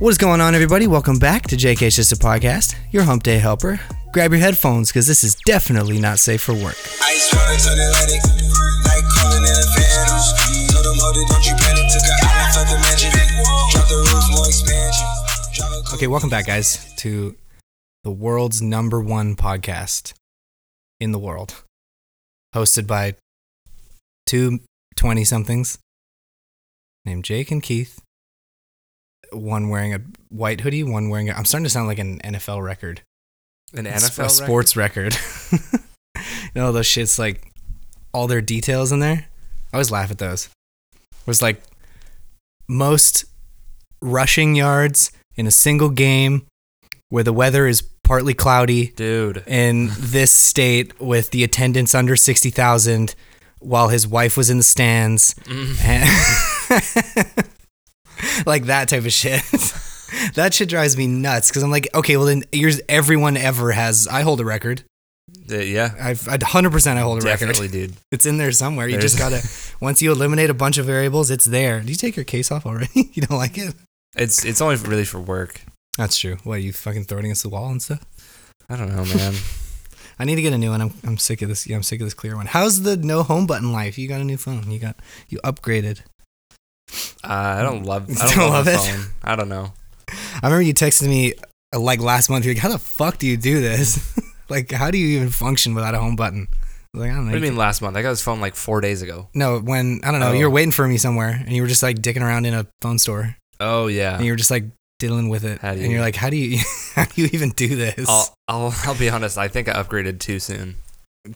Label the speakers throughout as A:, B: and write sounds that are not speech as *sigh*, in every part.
A: What is going on, everybody? Welcome back to JK's Just a Podcast, your hump day helper. Grab your headphones because this is definitely not safe for work.
B: Ice roads on Atlantic, like calling in a van. Told them, hold it, don't you panic. Took a island, left the mansion. Drop the roof, more expansion. Drive a coupe.
A: Okay, welcome back, guys, to the world's number one podcast in the world, hosted by two 20 somethings named Jake and Keith. One wearing a white hoodie, one wearing a. I'm starting to sound like an NFL record,
C: An
A: a sp-
C: NFL
A: a sports record. *laughs* and all those shits, like all their details in there. I always laugh at those. It was like most rushing yards in a single game where the weather is partly cloudy
C: dude.
A: in this state with the attendance under 60,000 while his wife was in the stands.
C: Mm. *laughs*
A: And- *laughs* like that type of shit. *laughs* that shit drives me nuts because I'm like, okay, well, then yours, everyone ever has. I hold a record.
C: Uh, yeah,
A: I've, I'd 100% I hold a
C: definitely,
A: record.
C: dude.
A: *laughs* It's in there somewhere. You just gotta, *laughs*
C: There's-
A: once you eliminate a bunch of variables, it's there. Do you take your case off already? *laughs* you don't like it?
C: It's it's only really for work.
A: That's true. What, you fucking throw it against the wall and stuff?
C: I don't know, man.
A: *laughs* I need to get a new one. I'm, I'm sick of this. Yeah, I'm sick of this clear one. How's the no home button life? You got a new phone. You got you upgraded.
C: uh, I don't love. I don't,
A: Don't
C: love,
A: love
C: my
A: it?
C: phone. I don't know.
A: I remember you texted me uh, like last month. You're like, how the fuck do you do this? *laughs* like, how do you even function without a home button? I was like, I don't know.
C: What do you mean last month? I got this phone like four days ago.
A: No, when I don't know,
C: Oh.
A: you were waiting for me somewhere, and you were just like dicking around in a phone store,
C: Oh yeah.
A: and you were just like diddling with it,
C: How do
A: and
C: you-
A: you're like, how do you *laughs* how do you even do this?
C: I'll, I'll *laughs* I'll be honest. I think I upgraded too soon.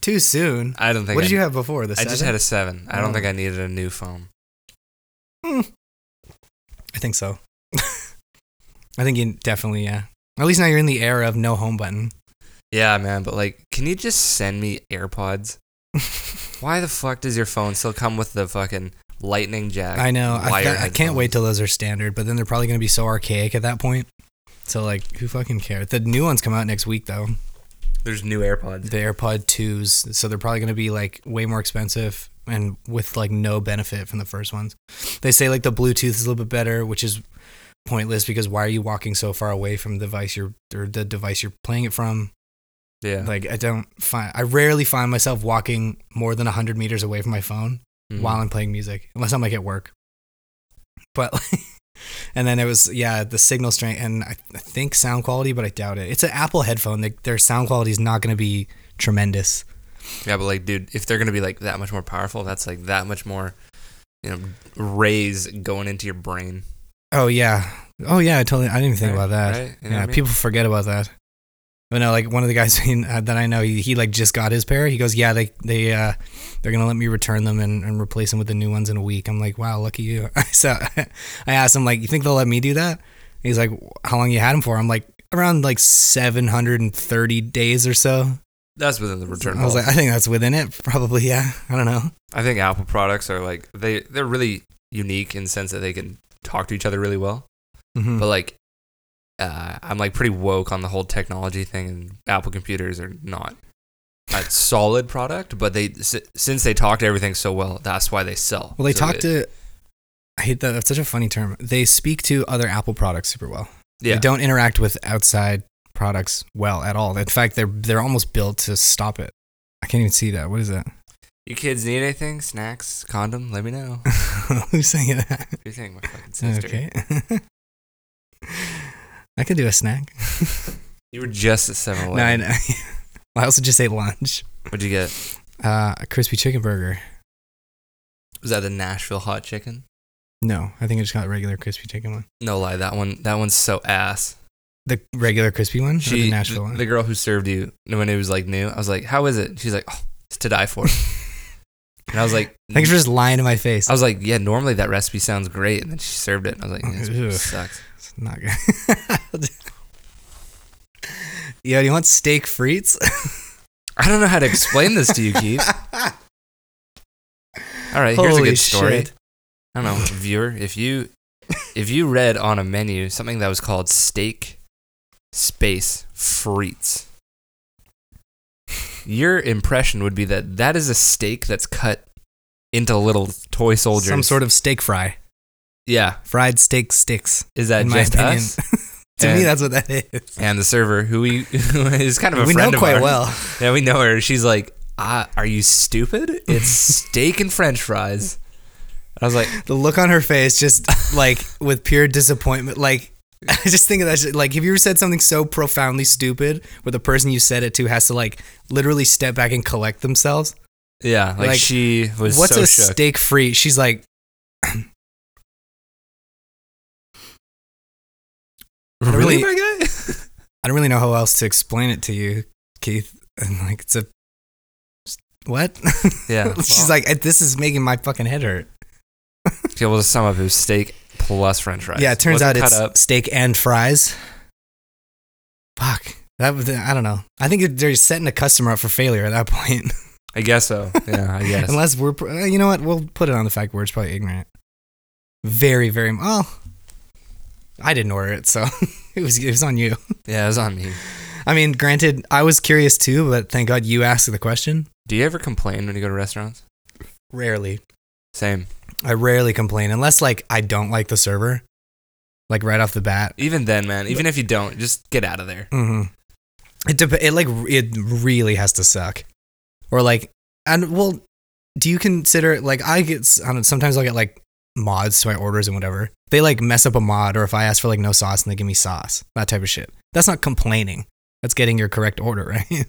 A: Too soon.
C: I don't think.
A: What
C: I,
A: did you have before? The
C: I just
A: seven?
C: had a seven. I
A: Oh.
C: don't think I needed a new phone.
A: I think so. *laughs* I think you definitely yeah. At least now you're in the era of no home button.
C: Yeah, man. But like, can you just send me
A: *laughs*
C: AirPods? Why the fuck does your phone still come with the fucking lightning jack?
A: I know. I,
C: wire
A: I can't wait
C: headphones?
A: till those are standard, but then they're probably going to be so archaic at that point. So like, who fucking cares? The new ones come out next week though.
C: There's new AirPods.
A: The AirPod twos, so they're probably going to be like way more expensive and with like no benefit from the first ones. They say like the Bluetooth is a little bit better, which is pointless because why are you walking so far away from the device you're or the device you're playing it from?
C: Yeah.
A: Like I don't find I rarely find myself walking more than 100 meters away from my phone
C: Mm.
A: while I'm playing music unless I'm like at work. But *laughs* like and then it was yeah, the signal strength and I, I think sound quality, but I doubt it. It's an Apple headphone. Their- their sound quality is not going to be tremendous.
C: Yeah, but like, dude, if they're gonna be like that much more powerful, that's like that much more, you know, rays going into your brain.
A: Oh yeah. Oh yeah, I totally I didn't even think
C: Right,
A: about that.
C: right? You know
A: Uh, yeah,
C: what I mean?
A: people forget about that. But no, like one of the guys *laughs* that I know, he, he like just got his pair. He goes, "Yeah, they they uh, they're gonna let me return them and, and replace them with the new ones in a week." I'm like, "Wow, lucky you!" *laughs* so I asked him like, "You think they'll let me do that?" He's like, "How long you had them for?" I'm like, "Around like 730 days or so."
C: That's within the return.
A: I was like, "I think that's within it, probably." Yeah, I don't know.
C: I think Apple products are like they they're really unique in the sense that they can talk to each other really well.
A: Mhm.
C: But like, uh, I'm like pretty woke on the whole technology thing, and Apple computers are not a solid product. But they s- since they talk to everything so well, that's why they sell.
A: Well, they
C: So
A: talk
C: it-
A: to. I hate that. That's such a funny term. They speak to other Apple products super well.
C: yeah.
A: They don't interact with outside products well at all. In fact, they're they're almost built to stop it. I can't even see that. What is that? *laughs*
C: You kids need anything? Snacks, condom? Let me know.
A: Who's saying that?
C: What do you think, my fucking sister?
A: *laughs* Okay. *laughs* I could do a snack.
C: You were just at 7
A: No, I
C: Eleven.
A: know. *laughs* I also just ate lunch.
C: What'd you get?
A: Uh, a crispy chicken burger.
C: Was that the Nashville hot chicken?
A: No, I think I just got a regular crispy chicken one.
C: No lie, that one that one's so ass.
A: The regular crispy one or the Nashville
C: the,
A: one?
C: the girl who served you when it was like new, I was like, How is it? She's like, Oh, it's to
A: *laughs*
C: die for. and I was like
A: Thanks for just lying to my face.
C: I was like, Yeah, normally that recipe sounds great and then she served it and I was like, yeah,
A: Ew.
C: This sucks.
A: It's not good. *laughs* Yo, do you want steak frites?
C: I don't know how to explain this
A: *laughs*
C: to you, Keith. All right, here's a
A: Holy
C: good story.
A: shit. *laughs*
C: I don't know, viewer, if you if you read on a menu something that was called steak space frites, your impression would be that that is a steak that's cut into little toy soldiers.
A: Some sort of steak fry.
C: Yeah.
A: Fried steak sticks.
C: Is that
A: in my
C: Uh, just
A: opinion.
C: us?
A: *laughs* to me,
C: And-
A: that's what that is.
C: And the server, who we *laughs* is kind of a
A: We
C: friend
A: know
C: of
A: quite
C: ours.
A: well.
C: Yeah, we know her. She's like, ah, "Are you stupid?
A: *laughs*
C: It's steak and French fries." I was like,
A: The look on her face, just like with pure disappointment. Like, *laughs* I just think of that. Shit. Like, have you ever said something so profoundly stupid where the person you said it to has to like literally step back and collect themselves?
C: "Yeah, like,
A: Like,
C: she was
A: What's
C: so
A: a
C: shook."
A: steak free? She's like, Really?
C: really, my guy? *laughs*
A: I don't really know how else to explain it to you, Keith. *laughs* And like, it's a what? *laughs*
C: yeah,
A: She's like, this is making my fucking head hurt.
C: "Okay, well, to sum up, it was steak plus French fries."
A: Yeah, it turns
C: Wasn't
A: out it's
C: cut up.
A: steak and fries. Fuck. That was, I don't know. I think they're setting a customer up for failure at that point.
C: I
A: *laughs*
C: guess so. Yeah, I guess.
A: Unless we're, pr- uh, you know what? We'll put it on the fact we're just probably ignorant. Very, very. Well, I didn't order it, so *laughs* it was it was on you.
C: yeah, it was on me.
A: I mean, granted, I was curious too, but thank God you asked the question.
C: Do you ever complain when you go to restaurants?
A: Rarely.
C: Same.
A: I rarely complain unless like I don't like the server, like right off the bat.
C: Even then, man. Even if you don't, just get out of there.
A: hmm It dep- it like r- it really has to suck, or like and well, do you consider like I get s- I don't know, sometimes I'll get like mods to my orders and whatever. They like mess up a mod, or if I ask for like no sauce and they give me sauce, that type of shit. That's not complaining. That's getting your correct order, *laughs* right?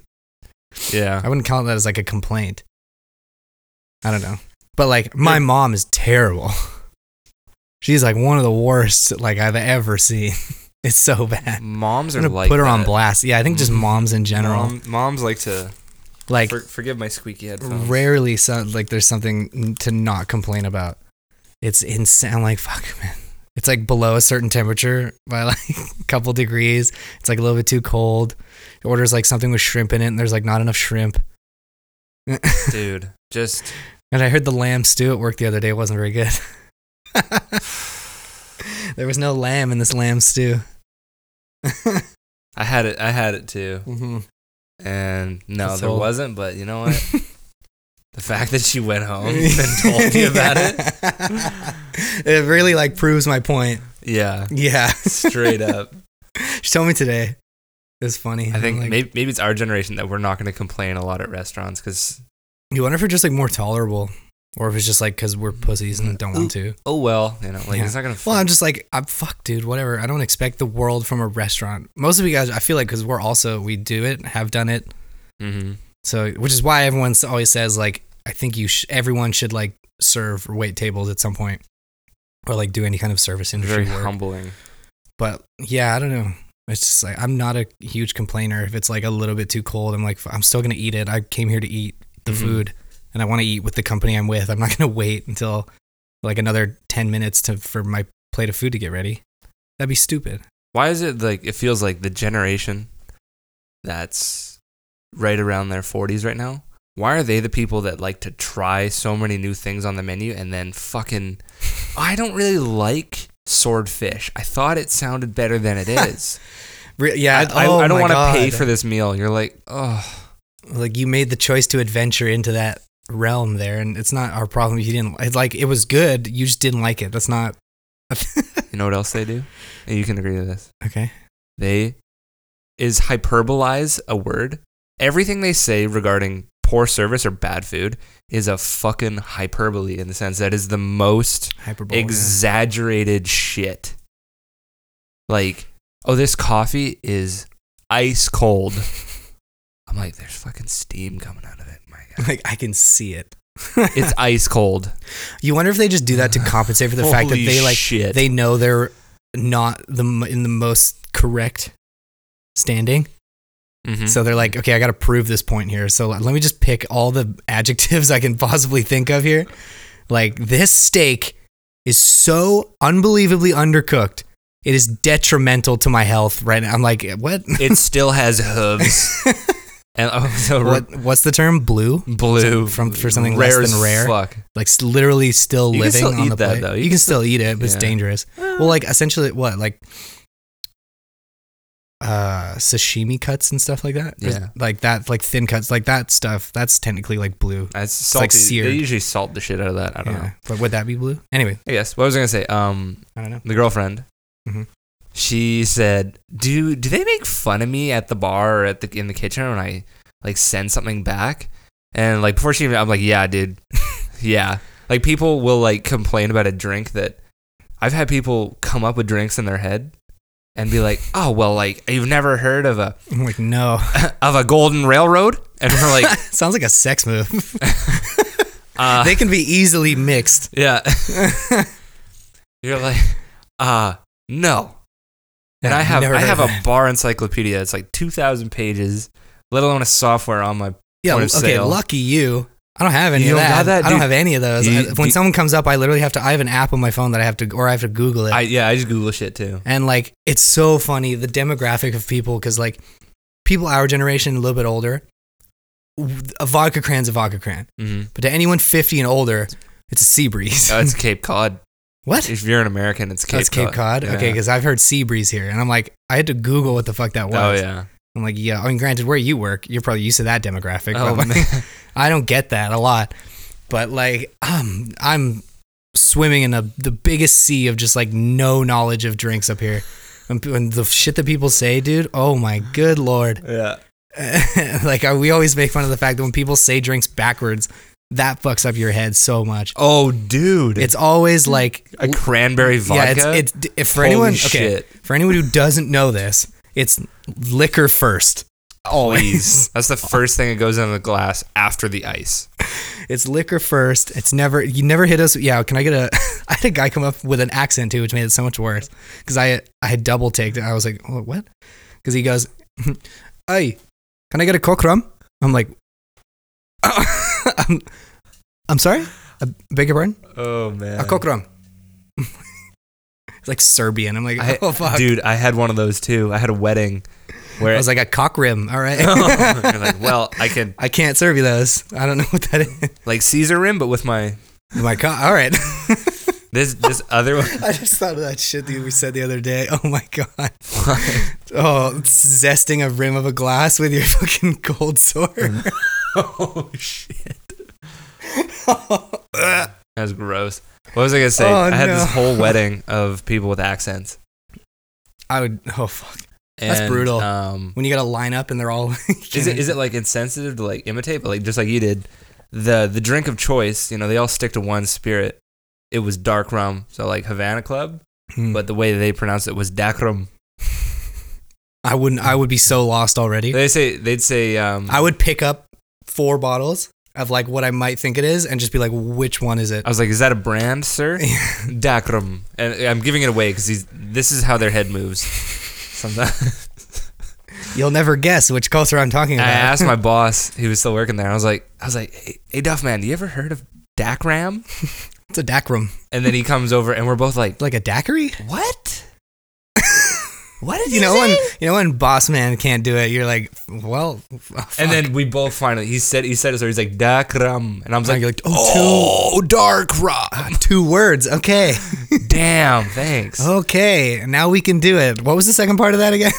C: Yeah.
A: I wouldn't count that as like a complaint. I don't know. But like my mom is terrible. *laughs* She's like one of the worst like I've ever seen. *laughs* It's so bad.
C: Moms
A: I'm
C: are
A: gonna
C: like
A: put her on
C: that.
A: blast. Yeah, I think just
C: Mm.
A: moms in general.
C: Mom- moms like to
A: like
C: for, forgive my squeaky headphones.
A: rarely sound like there's something to not complain about. It's insane. I'm like fuck, man. It's like below a certain temperature by *laughs* like a couple degrees. It's like a little bit too cold. Orders like something with shrimp in it, and there's like not enough shrimp. *laughs*
C: dude. Just
A: And I heard the lamb stew at work the other day wasn't very good. *laughs* there was no lamb in this lamb stew. *laughs*
C: Mm-hmm. I had it. I had it too.
A: mm-hmm.
C: And no,
A: That's
C: there
A: old.
C: wasn't. But you know what?
A: *laughs*
C: the fact that she went home and told me about it.
A: it. *laughs* It really like proves my point.
C: Yeah,
A: Yeah. *laughs*
C: straight up.
A: She told me today. It was funny.
C: I think
A: Like,
C: maybe maybe it's our generation that we're not going to complain a lot at restaurants because
A: you wonder if we're just like more tolerable, or if it's just like because we're pussies and don't want to.
C: oh well, you know, like
A: Yeah.
C: it's not going to.
A: Well, I'm just like I'm fuck, dude. Whatever. I don't expect the world from a restaurant. Most of you guys, I feel like, because we're also we do it, have done it.
C: hmm
A: So, which is why everyone s- always says like, I think you sh- everyone should like serve or wait tables at some point, or like do any kind of service industry
C: very
A: work.
C: humbling.
A: but yeah, I don't know. It's just like I'm not a huge complainer. If it's like a little bit too cold, I'm like "F- I'm still gonna eat it. I came here to eat the
C: Mhm.
A: food, and I want to eat with the company I'm with. I'm not gonna *laughs* wait until like another ten minutes to for my plate of food to get ready. That'd be stupid.
C: Why is it like it feels like the generation that's right around their 40s right now? Why are they the people that like to try so many new things on the menu and then
A: *laughs*
C: fucking I don't really like swordfish. I thought it sounded better than
A: *laughs*
C: it is.
A: Re- yeah,
C: I, I,
A: oh
C: I don't
A: my
C: want to pay
A: God.
C: for this meal. You're like, oh,
A: like you made the choice to adventure into that realm there and it's not our problem if you didn't it's like it was good you just didn't like it that's not *laughs*
C: you know what else they do? And you can agree to this.
A: okay
C: They is hyperbolize a word. Everything they say regarding poor service or bad food is a fucking hyperbole in the sense that is the most
A: hyperbole yeah.
C: exaggerated shit. Like, oh, this coffee is
A: *laughs*
C: ice cold. I'm like, there's fucking steam coming out of it. My
A: *laughs*
C: God.
A: like i can see it *laughs*
C: *laughs* It's ice cold.
A: you wonder if they just do that to compensate for the fact that
C: Holy
A: they like
C: shit.
A: they know they're not the m- in the most correct standing *laughs*
C: Mhm.
A: so they're like okay i gotta prove this point here so let let me just pick all the adjectives i can possibly think of here like this steak is so unbelievably undercooked it is detrimental to my health right now i'm like what *laughs*
C: it still has hooves. and oh, *laughs* so re-
A: what what's the term blue
C: blue
A: From- for something
C: rare
A: less than
C: as
A: rare?
C: Fuck.
A: like s- literally still
C: You can
A: living
C: still
A: on
C: eat
A: the
C: that,
A: plate
C: though. You
A: you,
C: can
A: can still eat it but it's
C: yeah.
A: dangerous well like essentially what like uh sashimi cuts and stuff like that. There's-
C: Yeah.
A: Like that like thin cuts, like that stuff, that's technically like blue.
C: It's salty.
A: like seared.
C: They usually salt the shit out of that. I don't know.
A: But would that be blue? Anyway,
C: I guess. What was I gonna say? Um,
A: I
C: *laughs*
A: don't know.
C: the girlfriend.
A: Mhm.
C: She said, "Do do they make fun of me at the bar or at the in the kitchen when I like send something back?" And like before she even, I'm like, "Yeah, dude, *laughs* yeah." Like people will like complain about a drink that I've had people come up with drinks in their head and be like, "Oh well, like you've never heard of a
A: I'm like, no.
C: of a golden railroad?" And
A: *laughs*
C: we're like,
A: Sounds like a sex move.
C: *laughs* uh,
A: they can be easily
C: *laughs*
A: mixed.
C: Yeah. You're like, uh, no. And
A: Yeah,
C: I have
A: never
C: I
A: heard
C: have
A: of
C: a
A: that.
C: bar encyclopedia. It's like two thousand pages, let alone a software on my.
A: Yeah,
C: point
A: okay,
C: of sale.
A: lucky you. I don't have any
C: You
A: of
C: don't
A: that.
C: got that,
A: I don't
C: dude?
A: have any of those.
C: You-
A: I- when
C: you-
A: someone comes up, I literally have to I have an app on my phone that I have to or I have to Google it.
C: I yeah, I just Google shit too.
A: And like, it's so funny the demographic of people because like people our generation, a little bit older, w- a vodka cran's a vodka cran,
C: Mm-hmm.
A: but to anyone fifty and older, it's a sea breeze.
C: Oh, *laughs* it's Cape Cod.
A: *laughs* what?
C: If you're an American, Oh, it's Cape
A: That's Cape Cod. Okay,
C: Yeah.
A: because I've heard sea breeze here, and I'm like, I had to Google what the fuck that was.
C: Oh yeah.
A: I'm like, yeah. I mean, granted, where you work, you're probably used to that demographic.
C: Oh,
A: but like,
C: man.
A: I don't get that a lot. But like, *clears throat* um, I'm swimming in a, the biggest sea of just like no knowledge of drinks up here. And, p- and the shit that people say, dude, oh my good lord.
C: *laughs*
A: *laughs*
C: yeah.
A: like, I, we always make fun of the fact that when people say drinks backwards, that fucks up your head so much.
C: Oh, dude.
A: It's always like,
C: a cranberry vodka.
A: yeah, it's, it's if for
C: Holy
A: anyone, okay,
C: shit.
A: for anyone who doesn't know this, it's liquor first.
C: *laughs* Please. That's the first thing that goes in the glass after the ice.
A: It's liquor first. It's never you never hit us. Yeah, can I get a? *laughs* I had a guy come up with an accent too, which made it so much worse because I I had double taked it. I was like, "Wha- what? Because he goes, *laughs* "Hey, can I get a coke rum?" I'm like, *laughs* I'm, I'm sorry, I beg your pardon,
C: Oh man.
A: a coke rum. *laughs* it's like Serbian. I'm like,
C: I-
A: oh fuck.
C: Dude, I had one of those too. I had a wedding where
A: I
C: *laughs*
A: was like a cock rim. All right.
C: Oh,
A: *laughs*
C: You're like, well, I can
A: I can't serve you those. I don't know what that is. *laughs*
C: like Caesar rim, but with my
A: My co- all right. *laughs*
C: this this other one.
A: I just thought of that shit that we said the other day. *laughs* Oh my god. Oh, zesting a rim of a glass with your *laughs* fucking cold sword.
C: oh shit, that's gross. What was I gonna say?
A: Oh,
C: I had
A: no.
C: this
A: *laughs*
C: whole wedding of people with accents.
A: *laughs* I would. Oh fuck. That's
C: and,
A: brutal.
C: Um,
A: When you got a lineup and they're all. *laughs*
C: is it is it like insensitive to like imitate, but like just like you did, the the drink of choice. You know, they all stick to one spirit. It was dark rum, so like Havana Club,
A: Hmm.
C: but the way they pronounced it was Dakrum.
A: I wouldn't. I would be so lost already.
C: They say they'd say um,
A: I would pick up four bottles of like what I might think it is, and just be like, which one is it?
C: I was like, "Is that a brand, sir?"
A: *laughs*
C: Dakram, and I'm giving it away because he's. This is how their head
A: *laughs*
C: moves. Sometimes
A: You'll never guess which culture I'm talking
C: I
A: about. *laughs*
C: asked my boss, he was still working there. I was like, I was like, "Hey, hey Duff man, do you ever heard of Dakram?"
A: It's a dacrum,
C: And then he comes over, and we're both like,
A: like a daiquiri. *laughs*
C: "What? what did
A: You know when you know when boss man can't do it. You're like, well,
C: And then we both finally. He said he said it, so he's like Dakram, and I was like,
A: you're like, Ah,
C: "Oh, dark rock.
A: two words. Okay.
C: *laughs* Damn, thanks."
A: Oh. Okay. Now we can do it. What was the second part of that again?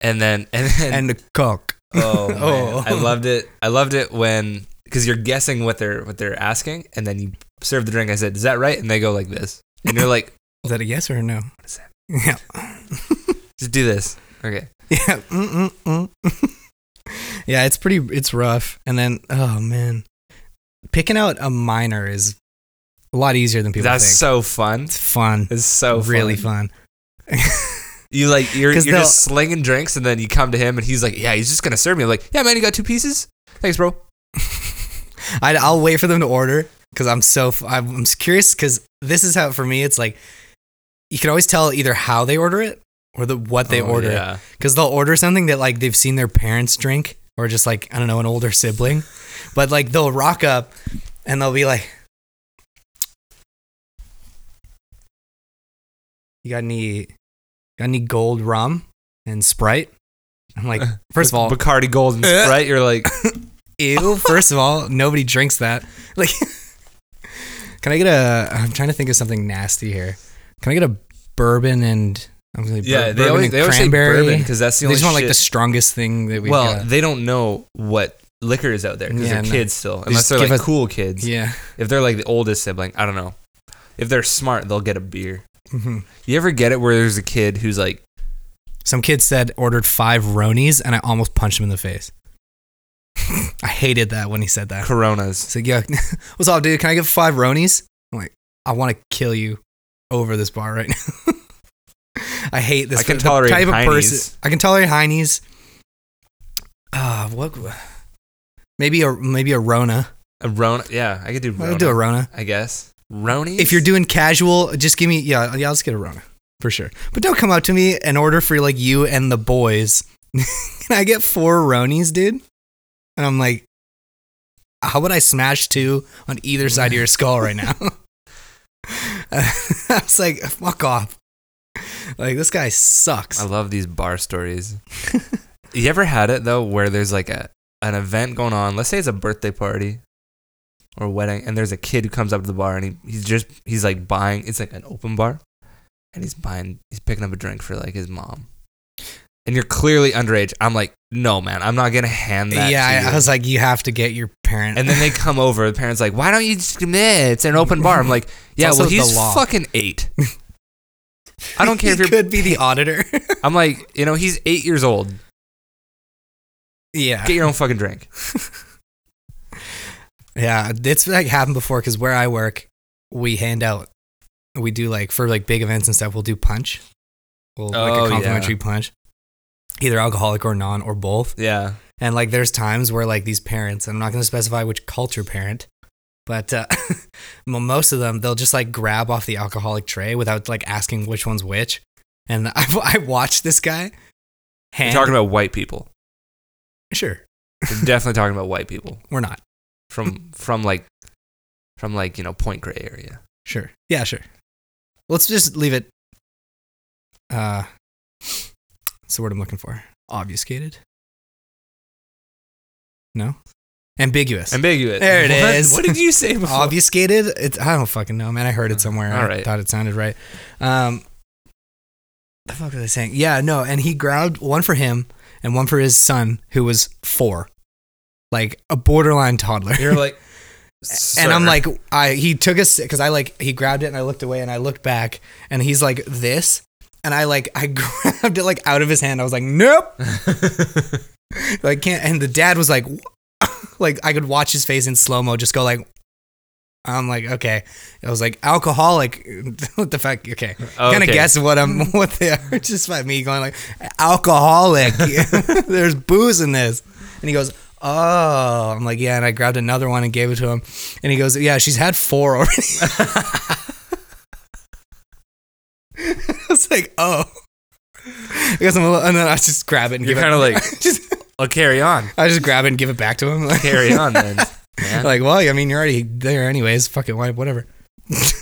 C: And then *laughs* and then
A: and cock.
C: *laughs* Oh, man.
A: Oh.
C: I loved it. I loved it when because you're guessing what they're what they're asking, and then you serve the drink. I said, "Is that right?" And they go like this, and you're like,
A: *laughs* Is that a yes or a no? What
C: is that?
A: *laughs* Yeah.
C: "Just do this." Okay.
A: Yeah. Mm, mm, mm. *laughs* yeah, it's pretty it's rough. And then oh man. Picking out a minor is a lot easier than people
C: That's
A: think.
C: so fun.
A: it's fun.
C: It's so
A: really
C: fun.
A: fun.
C: You like you're you're
A: 'Cause
C: just slinging drinks, and then you come to him, and he's like, "Yeah, he's just gonna serve me." I'm like, "Yeah, man, you got two pieces? Thanks, bro."
A: I, I'll wait for them to order because I'm so f- I'm, I'm just curious because this is how for me it's like you can always tell either how they order it or the what they
C: Oh,
A: order it.
C: Yeah.
A: because they'll order something that like they've seen their parents drink or just like I don't know an older sibling, but like they'll rock up and they'll be like, "You got any, got any gold rum and Sprite?" I'm
C: *laughs*
A: like, first of all,
C: Bacardi Gold *laughs* and
A: Uh.
C: Sprite. You're like,
A: ew. First of all, nobody drinks that. *laughs* Like, can I get a? I'm trying to think of something nasty here. Can I get a bourbon and I'm like,
C: Yeah,
A: bur-
C: they
A: bourbon
C: always
A: and
C: they always say bourbon because that's the
A: They
C: only
A: just want like
C: shit-
A: the strongest thing that we
C: well,
A: got.
C: they don't know what liquor is out there because
A: Yeah,
C: they're
A: no.
C: kids still. Unless
A: just
C: they're
A: give
C: like
A: us-
C: cool kids.
A: yeah.
C: If they're like the oldest sibling, I don't know. If they're smart, they'll get a beer.
A: Mhm.
C: You ever get it where there's a kid who's like,
A: Some kid said ordered five Ronies, and I almost punched him in the face. *laughs* I hated that when he said that.
C: Coronas?
A: It's like, yo, *laughs* what's up, dude? Can I get five Ronies? I'm like, I want to kill you over this bar right now. *laughs* I hate this.
C: I can
A: the
C: tolerate
A: type of
C: Heinies.
A: person. I can tolerate Heinies. Ah, what? Maybe a maybe a Rona.
C: A Rona? Yeah, I could do Rona.
A: I'll do a Rona.
C: I guess. Roni?
A: If you're doing casual, just give me yeah, yeah. I'll just get a Rona for sure. But don't come up to me and order for like you and the boys. *laughs* Can I get four Ronies, dude? And I'm like, how would I smash two on either side of your skull right
C: *laughs*
A: now? *laughs* I was like, fuck off. Like this guy sucks.
C: I love these
A: *laughs*
C: bar stories. you ever had it though where there's like a an event going on? Let's say it's a birthday party or wedding, and there's a kid who comes up to the bar and he, he's just he's like buying it's like an open bar and he's buying he's picking up a drink for like his mom. And you're clearly underage. I'm like, no man, I'm not gonna hand that.
A: yeah,
C: to
A: I,
C: you."
A: I was *laughs* like, you have to get your parent.
C: and then they come over. The parents like, "Why don't you just commit? It's an open bar." I'm like, "Yeah,
A: also
C: well, he's
A: the law.
C: fucking
A: *laughs*
C: eight. I don't care if
A: He
C: you're
A: could be the auditor. *laughs*
C: I'm like, you know, he's eight years old.
A: yeah.
C: Get your own fucking drink.
A: Yeah, it's like happened before because where I work, we hand out, we do like for like big events and stuff, we'll do punch, we'll like
C: Oh,
A: a complimentary punch, either alcoholic or non or both.
C: Yeah.
A: And like there's times where like these parents, and I'm not going to specify which culture parent, but uh, *laughs* mo- most of them they'll just like grab off the alcoholic tray without like asking which one's which. And *laughs* I've, I watched this guy.
C: We're
A: Hand,
C: talking about white people.
A: sure,
C: We're definitely talking about white people
A: we're not
C: from from like from like, you know, Point Grey area.
A: Sure. Yeah, sure. Let's just leave it. Uh, that's the word I'm looking for. Obfuscated. No. Ambiguous.
C: Ambiguous.
A: There it
C: it is. what,
A: is.
C: What did you say before?
A: Obfuscated. It's I don't fucking know, man. I heard it somewhere.
C: Uh, All
A: I
C: right.
A: thought it sounded right. Um, the fuck was I saying? Yeah, no. And he grabbed one for him and one for his son, who was four, like a borderline toddler.
C: You're like
A: And I'm
C: "Sir." *laughs*
A: like, I he took a because I like he grabbed it and I looked away and I looked back and he's like this and I like I *laughs* grabbed it like out of his hand. I was like, nope, *laughs* like can't. And the dad was like, *laughs* "Wh-" like I could watch his face in slow mo just go like, I'm like okay. I was like alcoholic. *laughs* what the fuck? Okay, kind of
C: Oh, Okay.
A: guess what I'm *laughs* what they are just by me going like alcoholic. *laughs* There's booze in this, and he goes. Oh, I'm like, yeah, and I grabbed another one and gave it to him. And he goes, Yeah, she's had four already. *laughs* I was like, Oh. I guess I'm a little, and then I just grab it and
C: You're
A: give it.
C: kinda like
A: *laughs* just,
C: I'll carry on.
A: I just grab it and give it back to him. *laughs* Like,
C: Carry on then. Man,
A: like, well, I mean, you're already there anyways. Fuck it, why- whatever.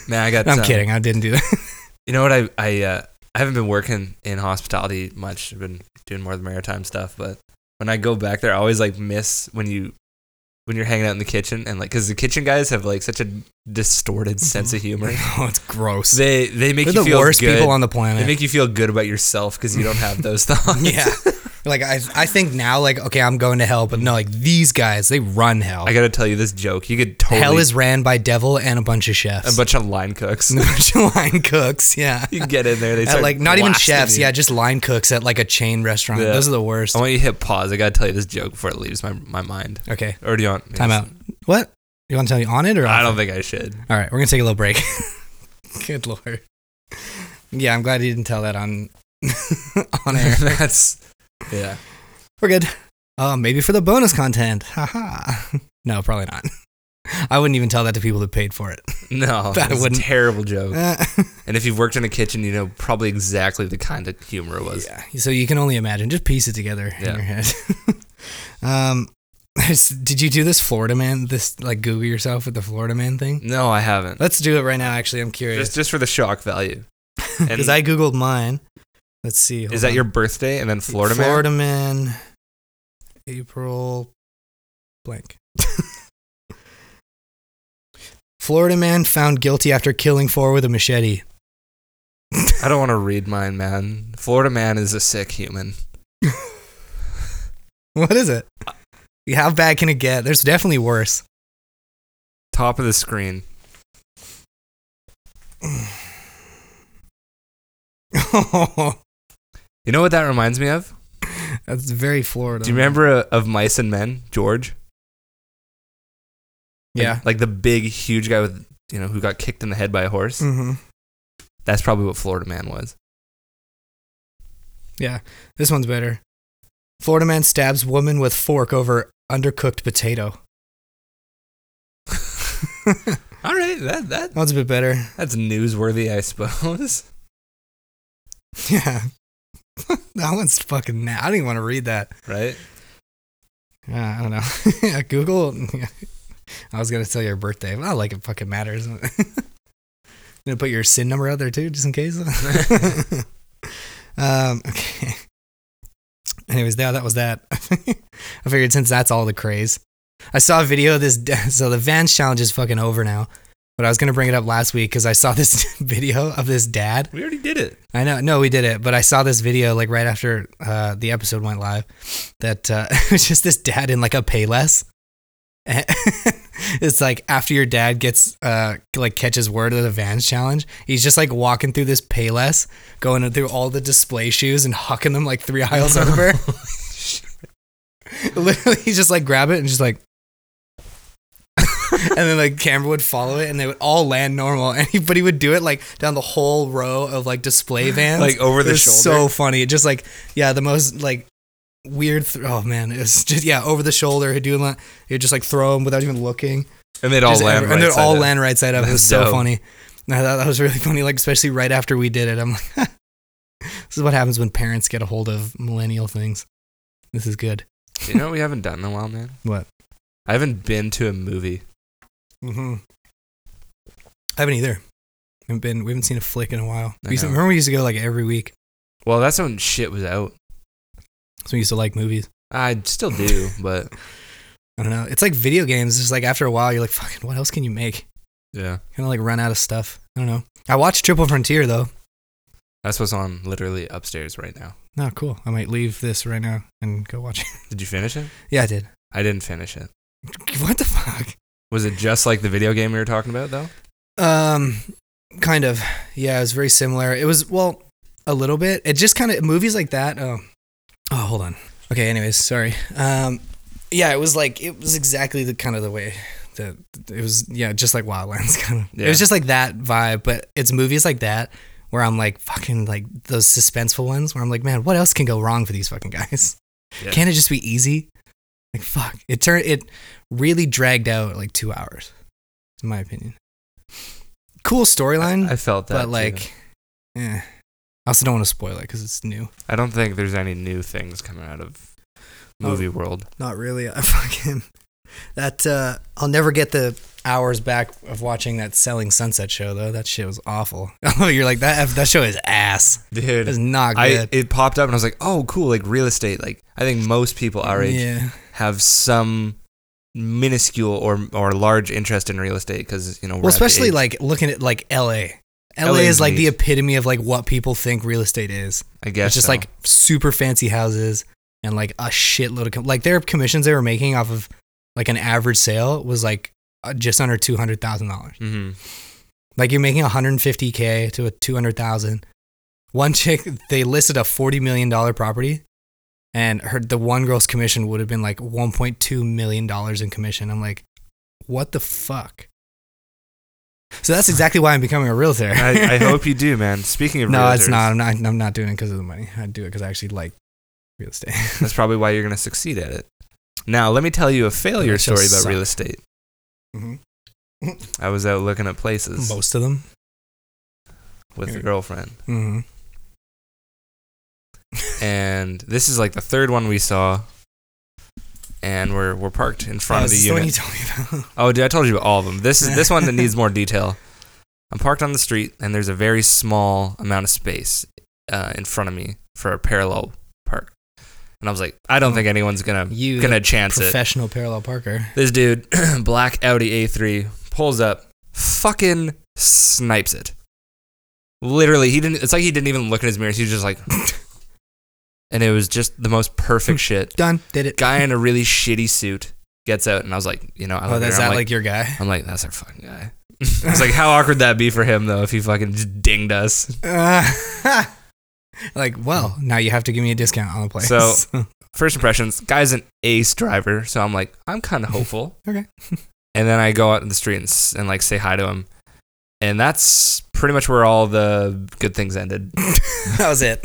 C: man I got
A: I'm
C: uh,
A: kidding. I didn't do that. *laughs*
C: You know what? I I uh, I haven't been working in hospitality much. I've been doing more of the maritime stuff, but when I go back there, I always like miss when you when you're hanging out in the kitchen and like because the kitchen guys have like such a distorted
A: Mm-hmm.
C: sense of
A: *laughs*
C: humor.
A: oh, it's gross.
C: They they make
A: They're
C: you
A: the
C: feel
A: worst
C: good.
A: people on the
C: they
A: planet. *laughs*
C: make you feel good about yourself because you don't have those thoughts.
A: yeah. Like I, I think now, like okay, I'm going to hell, but no, like these guys, they run hell.
C: *laughs* I gotta tell you this joke. You could totally
A: hell is ran by devil and a bunch of chefs,
C: a bunch of line
A: *laughs*
C: cooks.
A: a bunch of line cooks. Yeah,
C: *laughs* you get in there, they
A: At,
C: start
A: like not even
C: blasting
A: chefs.
C: you.
A: Yeah, just line cooks at like a chain restaurant.
C: Yeah.
A: Those are the worst.
C: I want you to hit pause. I gotta tell you this joke before it leaves my my mind.
A: Okay,
C: Or do you want
A: time out. What you want to tell me on it or off
C: I
A: it?
C: don't think I should.
A: All right, we're gonna take a little break. *laughs* Good lord. Yeah, I'm glad you didn't tell that on *laughs* on
C: *laughs*
A: air.
C: That's yeah.
A: We're good. Uh, maybe for the bonus content. Haha. no, probably not. I wouldn't even tell that to people that paid for it.
C: No,
A: *laughs* That
C: that was a
A: wouldn't-
C: terrible joke.
A: Uh,
C: And if you've worked in a kitchen, you know probably exactly the kind of humor it was.
A: yeah. So you can only imagine. Just piece it together in
C: Yeah.
A: your head. *laughs* um, did you do this Florida man? This like Google yourself with the Florida man thing.
C: No, I haven't.
A: Let's do it right now. Actually, I'm curious
C: Mm.
A: *laughs*
C: Just just for the shock value. And
A: because I googled mine. Let's see.
C: is
A: hold *laughs*
C: that
A: on.
C: your birthday? And then Florida,
A: Florida man. April blank. *laughs* Florida man found guilty after killing four with a machete.
C: I don't want to read mine, man. Florida man is a sick human.
A: What is it?
C: Uh,
A: Yeah, How bad can it get? There's definitely worse. *laughs*
C: Top of the screen. You know what that reminds me of?
A: That's very Florida.
C: Do you remember uh, of Mice and Men, George? Like-
A: Yeah.
C: Like, the big, huge guy with, you know, who got kicked in the head by a horse.
A: Mm-hmm.
C: That's probably what Florida man was.
A: This one's better. Florida man stabs woman with fork over undercooked potato. that
C: All right, that that
A: one's a bit better. *laughs*
C: that's newsworthy, I suppose. *laughs*
A: Yeah. *laughs* that one's fucking. Na- I don't even want to read that.
C: Right?
A: Uh, I don't know. *laughs* Google. I was gonna tell your birthday, but I don't like it. Fucking matters. *laughs* I'm gonna put your sin number out there too, just in case. *laughs* um. Okay. Anyways, yeah, that was that. *laughs* I figured since that's all the craze, I saw a video of this. *laughs* So the Vans challenge is fucking over now. But I was gonna bring it up last week because I saw this *laughs* video of this dad
C: We already did it.
A: I know, no, we did it, but I saw this video like right after uh, the episode went live. That uh, *laughs* it was just this dad in like a payless. *laughs* And it's like after your dad gets uh, like catches word of the Vans challenge, he's just like walking through this payless, going through all the display shoes and hucking them like three
C: *laughs*
A: aisles over. *laughs* Literally, he's just like grab it and just like. *laughs* and then like camera would follow it and they would all land normal *laughs* and he, but he would do it like down the whole row of like display vans
C: Like, over the
A: It was so
C: shoulder?
A: funny it just like yeah the most like weird th- oh man it was *laughs* just yeah over the shoulder he'd do that he'd just like throw them without even looking
C: And they'd all
A: Just
C: land
A: ever-
C: right
A: and they'd
C: side
A: all
C: up.
A: land right side
C: *laughs*
A: up it was
C: That's
A: so
C: dope.
A: funny And I thought that was really funny like especially right after we did it i'm like *laughs* this is what happens when parents get a hold of millennial things this is good
C: You know what we haven't done in a while, man?
A: What?
C: I haven't been to a movie.
A: Mm-hmm. I haven't either. I've been. We haven't seen a flick in a while.
C: I
A: We used to,
C: know.
A: remember we used to go like every week.
C: Well, that's when shit was out.
A: So we used to like movies.
C: I still do, but
A: I don't know. It's like video games. It's just like after a while, you're like, fucking, what else can you make?
C: yeah.
A: Kind of like run out of stuff. I don't know. I watched Triple Frontier though.
C: That's what's on literally upstairs right now.
A: Oh, cool. I might leave this right now and go watch it. *laughs*
C: Did you finish it?
A: yeah, I did.
C: I didn't finish it.
A: What the fuck?
C: Was it just like the video game we were talking about though?
A: Um, kind of. Yeah, it was very similar. It was well, a little bit. It just kind of movies like that. Oh, oh, hold on. Okay. Anyways, sorry. Um, yeah, it was like it was exactly the kind of the way that it was. Yeah, just like Wildlands *laughs* kind of. It
C: Yeah.
A: was just like that vibe. But it's movies like that where I'm like fucking like those suspenseful ones where I'm like, man, what else can go wrong for these fucking guys?
C: Yeah.
A: Can't it just be easy? Like fuck. It turned it really dragged out like two hours, in my opinion. Cool storyline,
C: I felt that.
A: but
C: too.
A: like, eh. I also don't want to spoil it because it's new.
C: I don't think there's any new things coming out of movie world.
A: Not really. I *laughs* fucking that. Uh, I'll never get the hours back of watching that Selling Sunset show though. That shit was awful. *laughs* Oh, you're like that. That show is ass.
C: Dude,
A: It's not
C: I
A: good.
C: it popped up and I was like, "Oh, cool, like real estate." Like I think most people our age
A: yeah.
C: have some minuscule or or large interest in real estate cuz you know, we're
A: Well,
C: at the
A: especially
C: age-
A: like looking at like L.A. L.A.
C: LA
A: is like the
C: needs-
A: epitome of like what people think real estate is.
C: I guess
A: it's just
C: so.
A: like super fancy houses and like a shitload of com- like their commissions they were making off of like an average sale was like uh, just under two hundred thousand dollars.
C: *laughs* Mhm.
A: Like you're making 150k to a 200,000. One chick they listed a 40 million dollar property and her the one girl's commission would have been like 1.2 million dollars in commission. I'm like what the fuck? So
C: *laughs*
A: that's exactly why I'm becoming a realtor.
C: I, I hope you do, man. Speaking of
A: No,
C: realtors,
A: it's not. I'm not I'm not doing it cuz of the money. I do it cuz I actually like real estate.
C: That's probably why you're going to succeed at it. Now, let me tell you a failure
A: That shall
C: story about
A: suck.
C: real estate.
A: Mhm.
C: I was out looking at
A: *laughs*
C: places
A: Most of them.
C: with a girlfriend,
A: Mhm.
C: and this is like the third one we saw, and we're we're parked in front
A: Oh,
C: of
A: is
C: the
A: this one
C: unit.
A: you told me
C: *laughs*
A: about.
C: Oh, dude, I told you about all of them. This is this one
A: *laughs*
C: that needs more detail. I'm parked on the street, and there's a very small amount of space uh, in front of me for a parallel park. And I was like, I don't think anyone's gonna
A: Oh. You,
C: gonna chance it.
A: Professional parallel parker.
C: This dude, *clears throat* black Audi A3, pulls up, fucking snipes it. Literally, he didn't. It's like he didn't even look in his mirrors. He was just like, *laughs* and it was just the
A: *laughs*
C: most perfect shit.
A: Done. Did it.
C: Guy in a really shitty suit gets out, and I was like, you know,
A: oh,
C: I look at
A: that's
C: her,
A: that
C: I'm
A: like,
C: like,
A: your
C: *laughs*
A: guy? *laughs*
C: I'm like, that's our fucking guy. *laughs* I was like, how awkward that be for him though if he fucking just dinged us.
A: Uh, like, well, now you have to give me a discount on the place.
C: So- First impressions, guy's an ace driver, so I'm like,
A: *laughs*
C: I'm kind of hopeful.
A: Okay.
C: *laughs* And then I go out in the street and, s- and like say hi to him, and that's pretty much where all the good things ended.
A: *laughs* that was it.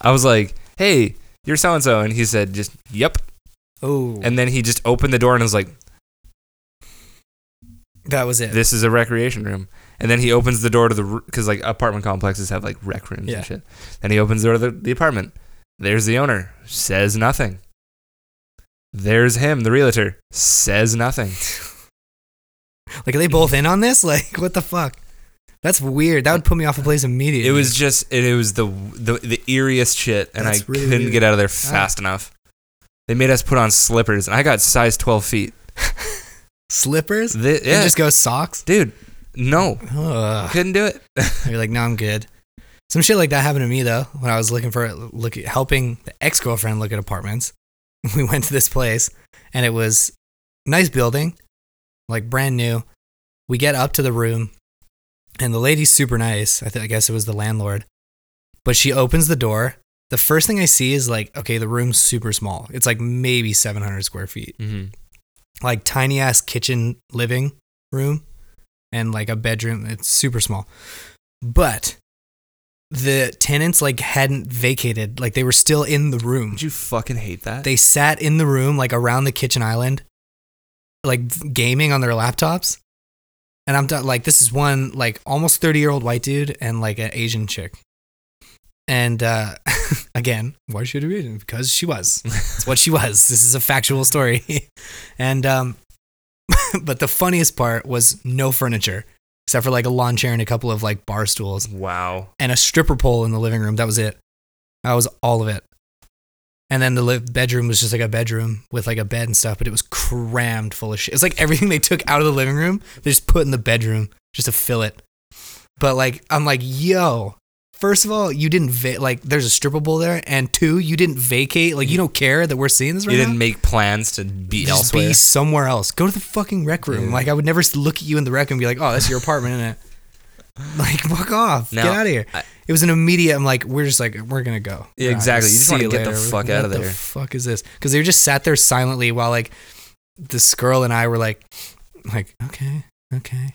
C: I was like, "Hey, you're so and so," and he said, "Just yep."
A: Oh,
C: And then he just opened the door and was like,
A: that was it.
C: "This is a recreation room." And then he opens the door to the because like apartment complexes have like rec rooms
A: Yeah.
C: and shit. Then he opens the door to the, the apartment. There's the owner. Says nothing. There's him, the realtor. Says nothing.
A: Like, are they both in on this? *laughs* Like, what the fuck? That's weird. That would put me off a place immediately.
C: It was just it, it was the the the eeriest shit, and I
A: That's really
C: couldn't
A: weird. Ah.
C: get out of there fast enough. They made us put on slippers, and I got size twelve feet.
A: slippers.
C: Thi-
A: They
C: yeah,
A: just go socks.
C: dude, no,
A: Ugh.
C: couldn't do it.
A: *laughs* You're like, no, I'm good. Some shit like that happened to me though when I was looking for look helping the ex girlfriend look at apartments. *laughs* We went to this place and it was nice building, like brand new. We get up to the room and the lady's super nice. I, th- I guess it was the landlord, but she opens the door. The first thing I see is like, okay, the room's super small. It's like maybe 700 square feet,
C: Mm-hmm.
A: like tiny ass kitchen living room and like a bedroom. It's super small. But the tenants like hadn't vacated. Like they were still in the room.
C: Would you fucking hate that?
A: They sat in the room like around the kitchen island like gaming on their laptops. And I'm done, like this is one like almost 30-year-old white dude and like an Asian chick. And uh *laughs* again, why should it be Asian? Because she was. It's what she was. This is a factual story. *laughs* and um *laughs* but the funniest part was no furniture except for like a lawn chair and a couple of like bar stools
C: wow.
A: and a stripper pole in the living room. That was it. That was all of it. And then the li- bedroom was just like a bedroom with like a bed and stuff, but it was crammed full of shit. It's like *laughs* everything they took out of the living room, they just put in the bedroom just to fill it. But like, I'm like, yo, first of all, you didn't, va- like, there's a stripper pole there. And two, you didn't vacate. Like, you don't care that we're seeing this right
C: you
A: now?
C: didn't make plans to be
A: just
C: elsewhere.
A: be somewhere else. Go to the fucking rec room.
C: Yeah.
A: Like I would never s- look at you in the rec room and be like, "Oh, that's your apartment, isn't it?" *laughs* Like, fuck off.
C: No,
A: Get out of here.
C: I-
A: it was an immediate. I'm like, we're just like, we're gonna go.
C: Yeah,
A: We're out.
C: exactly. You just
A: See
C: wanna get the
A: later.
C: fuck
A: What
C: out of
A: the
C: there.
A: Fuck is this? Because they just sat there silently while like this girl and I were like, like, okay, okay,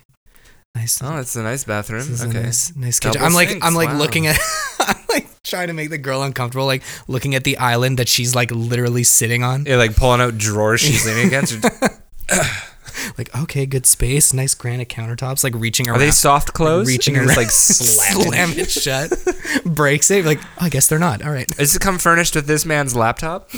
A: nice.
C: oh, it's a nice bathroom.
A: This is
C: Okay.
A: a nice, nice
C: Double
A: kitchen. I'm like,
C: sinks,
A: I'm like
C: wow.
A: looking at, *laughs* I'm like trying to make the girl uncomfortable, like looking at the island that she's like literally sitting on.
C: You're like pulling out drawers she's
A: *laughs*
C: leaning against. Are
A: like okay, good space, nice granite countertops, like reaching around,
C: they soft clothes?
A: reaching
C: and *laughs*
A: around, *laughs*
C: you're just like slapping.
A: slam it shut, *laughs* breaks it. Like oh, I guess they're not. All right,
C: Is it come furnished with this man's laptop?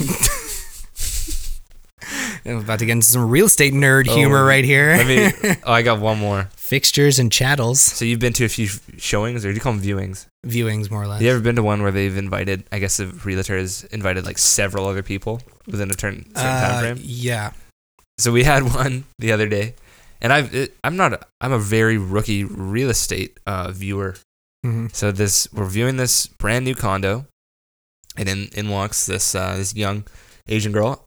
A: I'm about to get into some real estate nerd
C: Oh,
A: humor right here.
C: Let me. Oh, I got one more.
A: *laughs* Fixtures and chattels,
C: So you've been to a few showings, or do you call them viewings?
A: viewings more or less.
C: Have you ever been to one where they've invited? I guess the realtor has invited like several other people within a turn, certain time
A: Uh,
C: frame.
A: yeah,
C: So we had *laughs* one the other day, and I've it, I'm not a, I'm a very rookie real estate uh, viewer.
A: hmm
C: So this we're viewing this brand new condo, and in in walks this uh, this young Asian girl,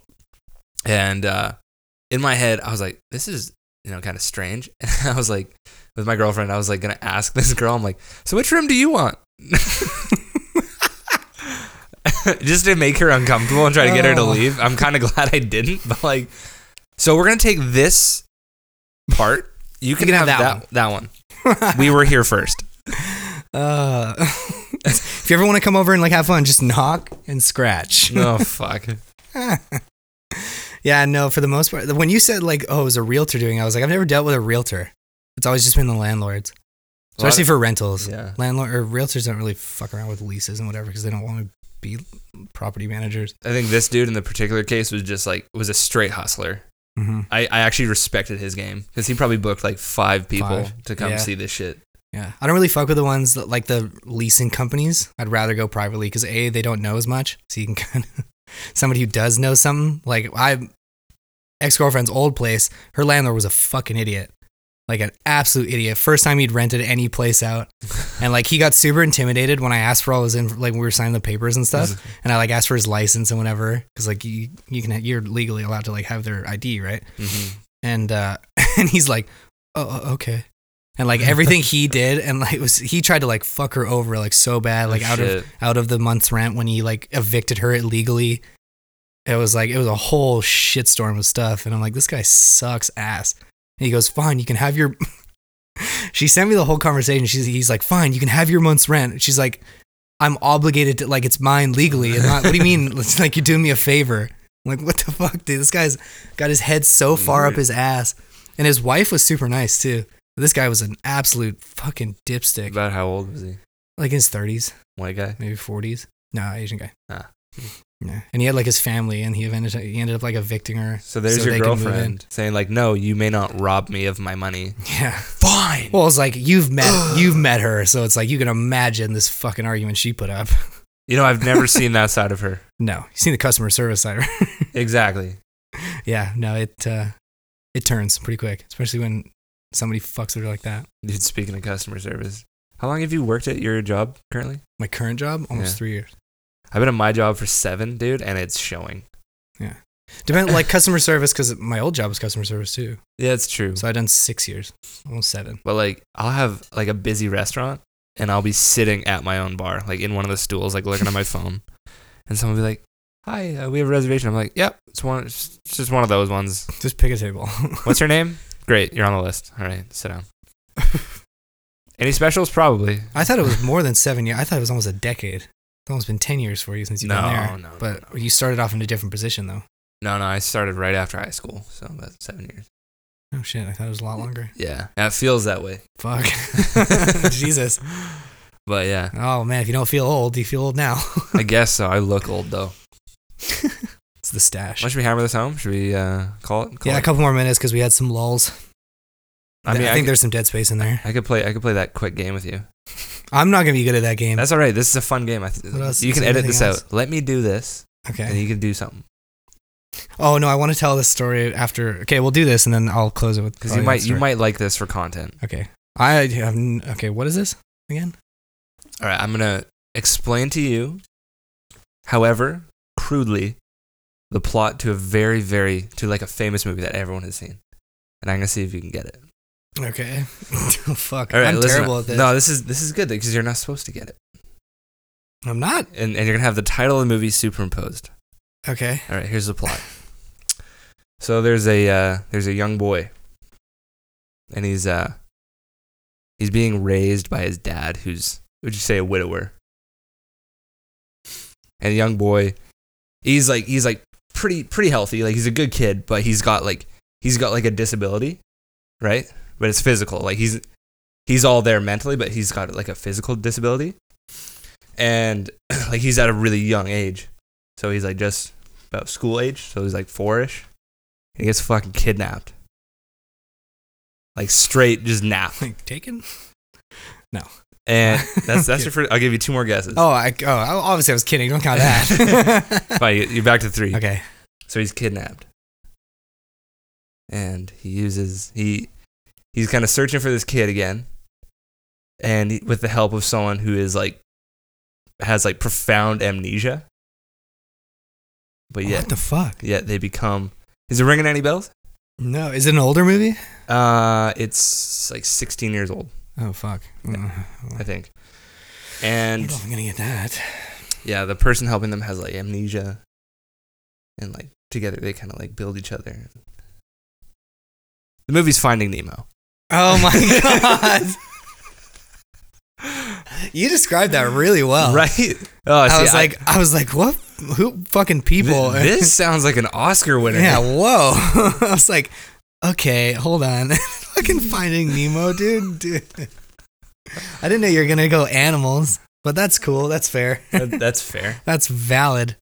C: and uh, in my head I was like, this is you know kind of strange. *laughs* And I was like, with my girlfriend, I was like gonna ask *laughs* this girl, I'm like, so which room do you want? *laughs* Just to make her uncomfortable and try to get her to
A: Oh.
C: leave. I'm kind of glad I didn't, *laughs* but like, so we're gonna take this part. You can,
A: can
C: have,
A: have that
C: that that one. We were here first.
A: uh, *laughs* if you ever want to come over and like have fun, just knock and scratch.
C: *laughs* Oh fuck.
A: *laughs* Yeah, no, for the most part. When you said like, oh, it was a realtor doing, it, I was like, I've never dealt with a realtor. It's always just been the landlords,
C: A lot
A: especially
C: of-
A: for rentals.
C: Yeah.
A: Landlord or realtors don't really fuck around with leases and whatever because they don't want to be property managers.
C: I think this dude in the particular case was just like was a straight hustler.
A: Mm-hmm.
C: I, I actually respected his game because he probably booked like five people
A: Five.
C: to come
A: Yeah.
C: see this shit.
A: Yeah, I don't really fuck with the ones that like the leasing companies. I'd rather go privately because a they don't know as much, so you can *laughs* kind of somebody who does know something. Like I, ex girlfriend's old place, her landlord was a fucking idiot. like an absolute idiot. First time he'd rented any place out, and like he got super intimidated when I asked for all his in like when we were signing the papers and stuff, and I like asked for his license and whatever because like you you can you're legally allowed to like have their ID right,
C: Mhm.
A: and uh *laughs* and he's like, oh oh, okay. And like everything he did, and like it was he tried to like fuck her over like so bad, like out of
C: Shit.
A: out of the month's rent when he like evicted her illegally. It was like it was a whole shitstorm of stuff, and I'm like, this guy sucks ass. And he goes, fine, you can have your. *laughs* she sent me the whole conversation. She's he's like, fine, you can have your month's rent. She's like, I'm obligated to like it's mine legally. And not, what do you mean? It's like you're doing me a favor. I'm like what the fuck, dude? This guy's got his head so far up
C: Weird.
A: his ass, and his wife was super nice too. This guy was an absolute fucking dipstick,
C: About how old was he?
A: like in his thirties
C: White guy.
A: maybe 40s. No, Asian guy.
C: Ah.
A: *laughs* Yeah. And he had like his family, and he ended he ended up like evicting her.
C: So there's
A: so
C: your
A: they could move in.
C: girlfriend saying like, "No, you may not rob me of my money."
A: Yeah.
C: Fine.
A: Well, it's like you've met you've met her, so it's like you can imagine this fucking argument she put up. *laughs*
C: You know, I've never seen that side of her.
A: No, you seen the customer service side. right? *laughs*
C: Exactly.
A: yeah. No, it uh, it turns pretty quick, especially when somebody fucks with her like that.
C: Dude, speaking of customer service, how long have you worked at your job currently?
A: My current job, almost
C: Yeah.
A: three years.
C: I've been at my job for seven, dude, and it's showing.
A: Depend
C: *laughs*
A: like customer service because my old job was customer service too.
C: Yeah, it's true.
A: So I've done six years, almost seven.
C: But like, I'll have like a busy restaurant, and I'll be sitting at my own bar, like in one of the stools, like looking
A: *laughs*
C: at my phone, and someone will be like, "Hi, uh, we have a reservation." I'm like, "Yep, it's one, it's just one of those ones."
A: Just pick a table. *laughs*
C: What's your name? *laughs* Great, you're on the list. All right, sit down. Any specials? Probably.
A: I thought it was more than seven years. I thought it was almost a decade. It's almost been ten years for you since you've
C: No,
A: been there.
C: no, no,
A: but you started off in a different position though.
C: No, no, I started right after high school, so about seven years.
A: Oh shit! I thought it was a lot longer.
C: Yeah, it feels that way. *laughs*
A: Fuck. *laughs* Jesus.
C: But yeah,
A: Oh man, if you don't feel old, you feel old now. *laughs*
C: I guess so. I look old though.
A: it's the stash.
C: Why should we hammer this home? Should we uh, call it? Call
A: yeah, a
C: it?
A: couple more minutes because we had some lulls.
C: I mean, I,
A: think
C: could,
A: there's some dead space in there.
C: I could play. I could play that quick game with you.
A: I'm not gonna be good at that game.
C: That's all right. This is a fun game. I th-
A: What else?
C: You
A: Is
C: can
A: there
C: edit
A: anything
C: this
A: else?
C: out. Let me do this, and
A: okay.
C: you can do something
A: Oh no, I want to tell this story after. Okay, we'll do this and then I'll close it with. oh,
C: because
A: probably
C: you
A: that
C: might you
A: story.
C: might like this for content.
A: Okay. I have. n- Okay, what is this *laughs* again?
C: All right, I'm gonna explain to you, however crudely, the plot to a very very to like a famous movie that everyone has seen, and I'm gonna see if you can get it.
A: Okay. Fuck.
C: All right,
A: I'm
C: listen
A: terrible
C: up.
A: at this.
C: No, this is this is good because you're not supposed to get it,
A: I'm not.
C: and and you're gonna have the title of the movie superimposed.
A: Okay.
C: All right, here's the *laughs* plot. so there's a uh, there's a young boy, and he's uh he's being raised by his dad, who's would you say a widower? And the young boy, he's like he's like pretty pretty healthy, like he's a good kid, but he's got like he's got like a disability, right? But it's physical, like he's he's all there mentally, but he's got like a physical disability, and *clears throat* like he's at a really young age, so he's like just about school age, so he's like four-ish. And he gets fucking kidnapped, like straight just *laughs* napped.
A: Like taken. *laughs*
C: And that's that's your first. I'll give you two more guesses.
A: Oh, I, oh, I- obviously I was kidding. Don't count *laughs* that.
C: Fine, you- you're back to three.
A: okay.
C: So he's kidnapped, and he uses he he's kind of searching for this kid again, and he- with the help of someone who is like has like profound amnesia. But yet,
A: What the fuck?
C: yet they become. Is it ringing any bells?
A: No, is it an older movie?
C: Uh, it's like 16 years old,
A: Oh fuck. Mm.
C: I think.
A: I don't
C: And
A: know if I'm gonna get that.
C: yeah, the person helping them has like amnesia, and like together they kind of like build each other. The movie's Finding Nemo.
A: Oh
C: *laughs*
A: my *laughs* god. You described that really well.
C: right? Oh, see,
A: I was like, I, was like, what? Who fucking
C: thi-
A: people?
C: this sounds like an Oscar winner.
A: *laughs* yeah. Whoa. *laughs* I was like, okay, hold on. *laughs* fucking Finding Nemo, dude. *laughs* dude. I didn't know you were gonna go animals, but that's cool. That's fair. *laughs*
C: That- that's fair.
A: That's valid.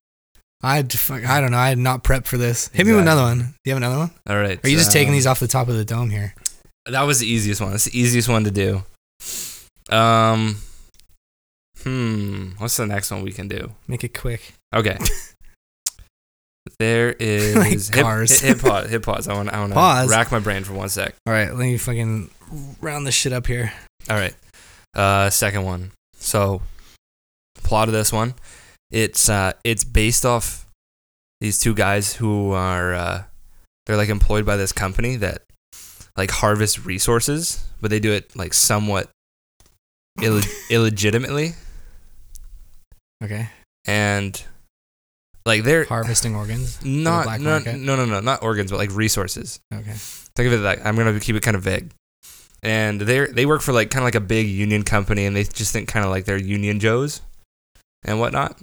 A: I fuck, I don't know. I had not prepped for this. Hit me
C: Exactly.
A: with another one. Do you have another one?
C: All right.
A: Or are you just
C: so-
A: taking these off the top of the dome here?
C: That was the easiest one. That's the easiest one to do. Um. Hmm. What's the next one we can do?
A: Make it quick.
C: Okay. *laughs* There
A: *laughs*
C: is
A: Like
C: hit,
A: cars.
C: Hit, hit pause. Hit pause. I want. I want to
A: Pause.
C: rack my brain for one sec.
A: All right, let me fucking round this shit up *laughs* here.
C: All right. Uh, second one. So, plot of this one, it's uh, it's based off these two guys who are uh, they're like employed by this company that like harvest resources, but they do it like somewhat Ill- illegitimately,
A: Okay,
C: and like they're
A: harvesting organs.
C: not
A: black
C: no,
A: market?
C: no no no not organs but like resources.
A: Okay,
C: Think of it like I'm gonna keep it kind of vague. And they they work for like kind of like a big union company, and they just think kind of like they're union joes and whatnot.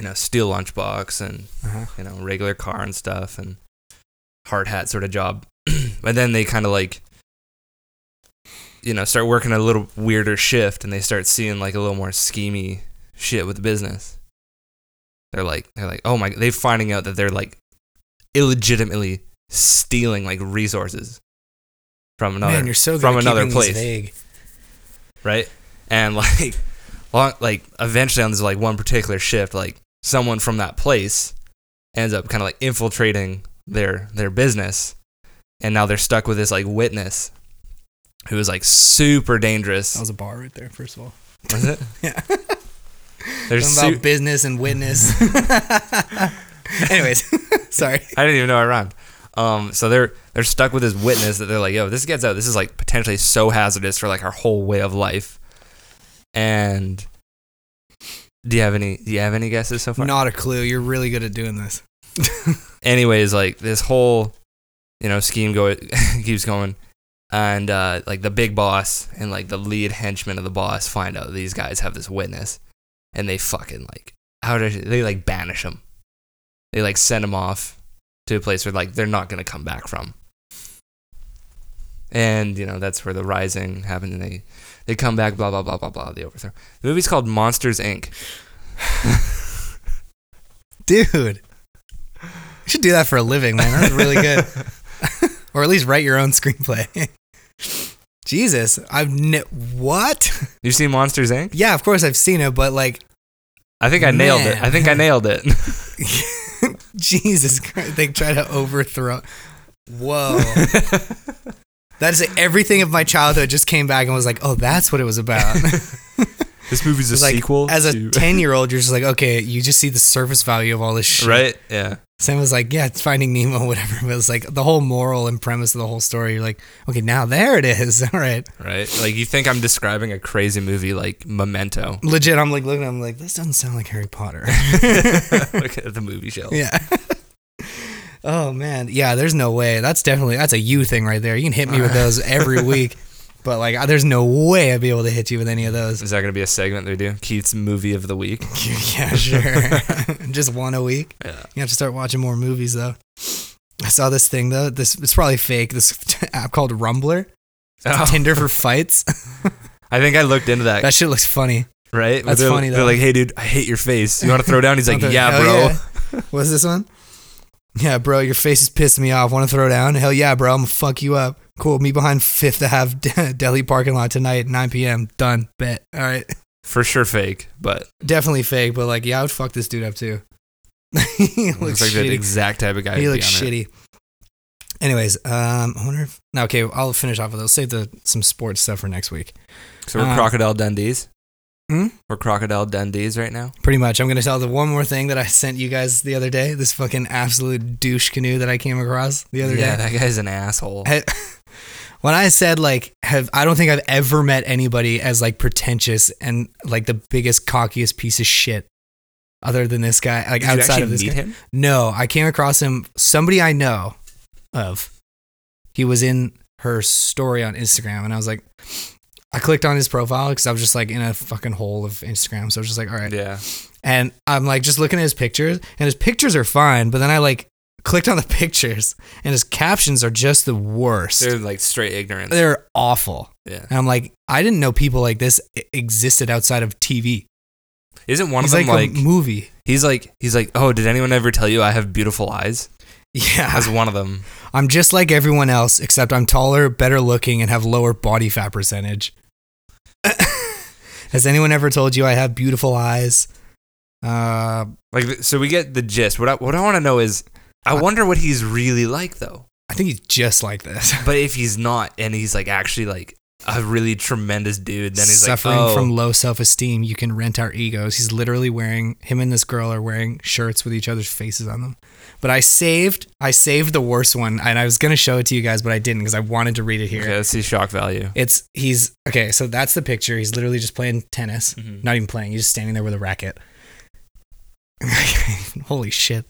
C: You know, steel lunchbox and
A: uh-huh.
C: you know regular car and stuff and hard hat sort of job. *clears throat* and then they kind of like you know start working a little weirder shift, and they start seeing like a little more schemy shit with the business. They're like they're like oh my they're finding out that they're like illegitimately stealing like resources from another
A: man, you're so good
C: from
A: at
C: another
A: keeping these
C: place.
A: Vague.
C: right? And *laughs* like, long, like eventually on this like one particular shift, like someone from that place ends up kind of like infiltrating their their business, and now they're stuck with this like witness who is like super dangerous.
A: That was a bar right there. First of all, *laughs*
C: Was it?
A: Yeah.
C: *laughs* They're
A: Something about
C: su-
A: business and witness. *laughs* Anyways, *laughs* sorry.
C: I didn't even know I rhymed. Um, so they're they're stuck with this witness that they're like, yo, this gets out. This is like potentially so hazardous for like our whole way of life. And do you have any do you have any guesses so far?
A: Not a clue. You're really good at doing this. *laughs*
C: anyways, like this whole you know scheme go *laughs* keeps going, and uh, like the big boss and like the lead henchman of the boss find out these guys have this witness, and they fucking like how does they like banish him? They like send him off to a place where like they're not gonna come back from. And you know that's where the rising happened, and they they come back, blah blah blah blah blah. The overthrow. The movie's called Monsters Inc.
A: Dude. You should do that for a living, man. That's really
C: *laughs*
A: good. *laughs* or at least write your own screenplay. *laughs* Jesus. I've ne- what?
C: You've seen Monsters Inc.
A: Yeah, of course I've seen it, but like *laughs*
C: I think I nailed it.
A: Man.
C: I think I nailed it.
A: Jesus Christ, they try to overthrow Whoa.
C: *laughs*
A: that is everything of my childhood just came back and was like, "Oh, that's what it was
C: *laughs*
A: about." *laughs*
C: This movie's a
A: It's like
C: sequel.
A: as a
C: to- *laughs*
A: 10-year-old, you're just like, "Okay, you just see the surface value of all this shit."
C: right? Yeah.
A: Sam was like, yeah, it's Finding Nemo, *laughs* whatever. But it's like the whole moral and premise of the whole story. You're like, okay, now there it is. *laughs* All right,
C: Right. Like you think I'm describing a crazy movie
A: *laughs*
C: like Memento. *laughs*
A: legit. I'm like looking. at him like, this doesn't sound like Harry Potter. *laughs*
C: Look at the movie shelf.
A: yeah. *laughs* oh man, yeah. There's no way. That's definitely that's a you thing right there. You can hit me with those *laughs* every week, but like, I- there's no way I'd be able to hit you with any of those.
C: Is that gonna be a segment that we do? Keith's movie of the
A: *laughs*
C: week.
A: yeah, sure. *laughs* Just one a week.
C: *laughs* Yeah.
A: You have to start watching more movies though. I saw this thing though. This it's probably fake. This *laughs* app called Rumbler, Tinder for *laughs* fights.
C: Oh, I think I looked into that.
A: That shit looks funny.
C: *laughs* right?
A: that's
C: they're,
A: funny,
C: They're
A: though.
C: like, "Hey, dude, I hate your face. You want to
A: *laughs*
C: throw down?" He's like,
A: Something-
C: "Yeah,
A: hell
C: bro."
A: yeah. *laughs* What's this one? Yeah, bro, your face is pissing me off. Want to throw down? Hell yeah, bro. I'm gonna fuck you up. Cool. Meet behind Fifth Ave *laughs* De- Delhi parking lot tonight, 9 p.m. Done. Bet. All right.
C: For sure, fake. But
A: *laughs* Definitely fake, but like, yeah, I would fuck this dude up too. *laughs* he looks
C: looks like the
A: shitty.
C: exact type of guy.
A: he
C: who'd be
A: looks
C: on it.
A: shitty. Anyways, um, I wonder if. No, okay, I'll finish off with those. Save the some sports stuff for next week.
C: So we're
A: Um,
C: crocodile Dundees.
A: Hmm?
C: We're crocodile Dundees right now.
A: Pretty much. I'm going to tell the one more thing that I *laughs* sent you guys the other day. This fucking absolute douche canoe that I came across the other
C: yeah,
A: day.
C: that guy's
A: *laughs*
C: an asshole.
A: I- when I said like have I don't think I've ever met anybody as like pretentious and like the biggest cockiest piece of shit other than this guy like
C: Did you
A: outside
C: actually
A: of this
C: meet
A: guy.
C: him?
A: No, I came across him somebody I know of. He was in her story on Instagram and I was like I clicked on his profile cuz I was just like in a fucking hole of Instagram so I was just like all right
C: Yeah.
A: and I'm like just looking at his pictures, and his pictures are fine, but then I like clicked on the *laughs* pictures, and his captions are just the worst. They're,
C: They're like straight ignorance.
A: awful.
C: yeah.
A: And I'm like, I didn't know people like this e- existed outside of TV.
C: Isn't one
A: He's
C: of
A: like,
C: them like,
A: a movie. *laughs*
C: he's like he's like oh did anyone ever tell you I have beautiful eyes?
A: Yeah,
C: That's one of them.
A: I'm just like everyone else, except I'm taller, better looking, and have lower body fat percentage. *laughs* Has anyone ever told you I have beautiful eyes? Uh,
C: Like so we get the gist. What I, what I want to know is I wonder what he's really like though.
A: I think he's just like this.
C: But if he's not, and he's like actually like a really tremendous dude, then he's
A: Suffering
C: like, oh,
A: from low self esteem, you can rent our egos. He's literally wearing him and this girl are wearing shirts with each other's faces on them. But I saved I saved the worst one and I was gonna show it to you guys, but I didn't because I wanted to read it here.
C: okay, let's see shock value.
A: It's he's okay. So that's the picture. He's literally just playing tennis.
C: Mhm.
A: Not even playing. He's just standing there with a racket. *laughs* Holy shit.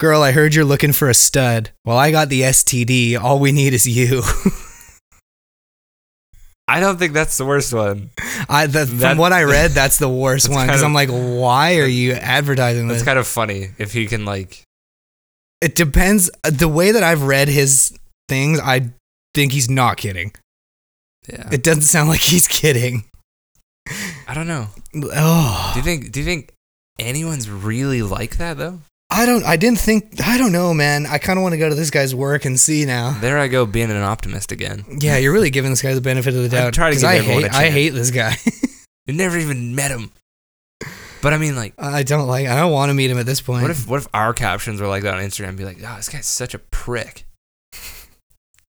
A: Girl, I heard you're looking for a stud. Well, I got the STD. All we need is you. *laughs*
C: I don't think that's the worst one.
A: I, the,
C: That-
A: from what I
C: *laughs*
A: read, that's the worst
C: That's
A: one
C: kind
A: because
C: of-
A: I'm like, why are you advertising
C: That's
A: this?
C: kind of funny if he can like.
A: it depends. uh, The way that I've read his things, I think he's not kidding. *laughs*
C: Yeah,
A: It doesn't sound like he's kidding.
C: I don't know.
A: Oh.
C: Do you think? Do you think anyone's really like that though?
A: I don't. I didn't think. I don't know, man. I kind of want to go to this guy's work and see now.
C: There I go being an optimist again.
A: Yeah, you're really giving this guy the benefit of the doubt.
C: trying to
A: 'cause
C: give
A: I
C: everyone
A: hate,
C: a
A: I
C: chance.
A: hate this guy. *laughs*
C: You never even met him. But I mean, like,
A: I don't like. I don't want to meet him at this point.
C: what if what if our captions were like that on Instagram? be like, oh, this guy's such a prick.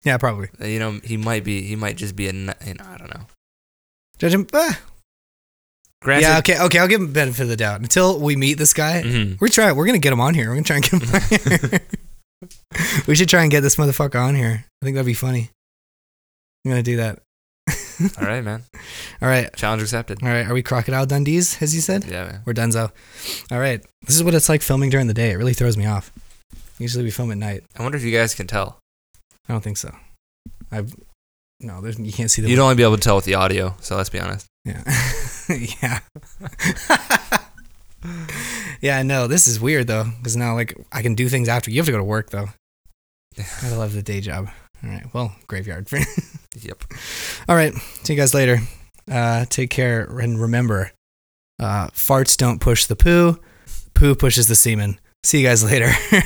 A: yeah, probably.
C: Uh, You know, he might be. He might just be a. n- You know, I don't know.
A: Judge him. ah.
C: Granted,
A: Yeah. Okay. Okay. I'll give him the benefit of the doubt until we meet this guy.
C: *laughs* mhm.
A: We're trying. We're gonna get him on here. We're gonna try and get him. on here. *laughs* we should try and get this motherfucker on here. I think that'd be funny. I'm gonna do that.
C: All right, man.
A: All right. *laughs*
C: Challenge accepted.
A: All right. Are we crocodile Dundees, as you said?
C: Yeah, man.
A: We're donezo. All right. This is what it's like filming during the day. It really throws me off. Usually we film at night.
C: I wonder if you guys can tell.
A: I don't think so. I've no, there's you can't see the
C: You'd only be able to tell with the audio. So let's be honest.
A: Yeah. *laughs* yeah. yeah, no, this is weird though, because now like I can do things after. You have to go to work though. *sighs* I love the day job. All right. Well, graveyard. *laughs*
C: Yep.
A: All right. See you guys later. Uh, take care and remember, uh, farts don't push the poo, poo pushes the semen. See you guys later. *laughs*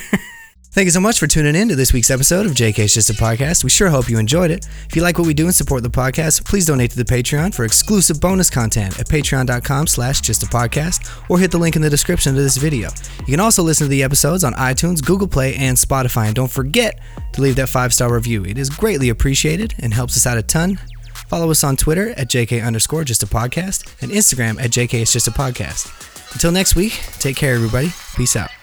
A: Thank you so much for tuning in to this week's episode of JK's Just a Podcast. We sure hope you enjoyed it. If you like what we do and support the podcast, please donate to the Patreon for exclusive bonus content at patreon.com slash just a podcast or hit the link in the description to this video. You can also listen to the episodes on iTunes, Google Play, and Spotify. And don't forget to leave that five-star review. It is greatly appreciated and helps us out a ton. Follow us on Twitter at JK underscore just a podcast and Instagram at JK it's just a podcast. Until next week, take care, everybody. Peace out.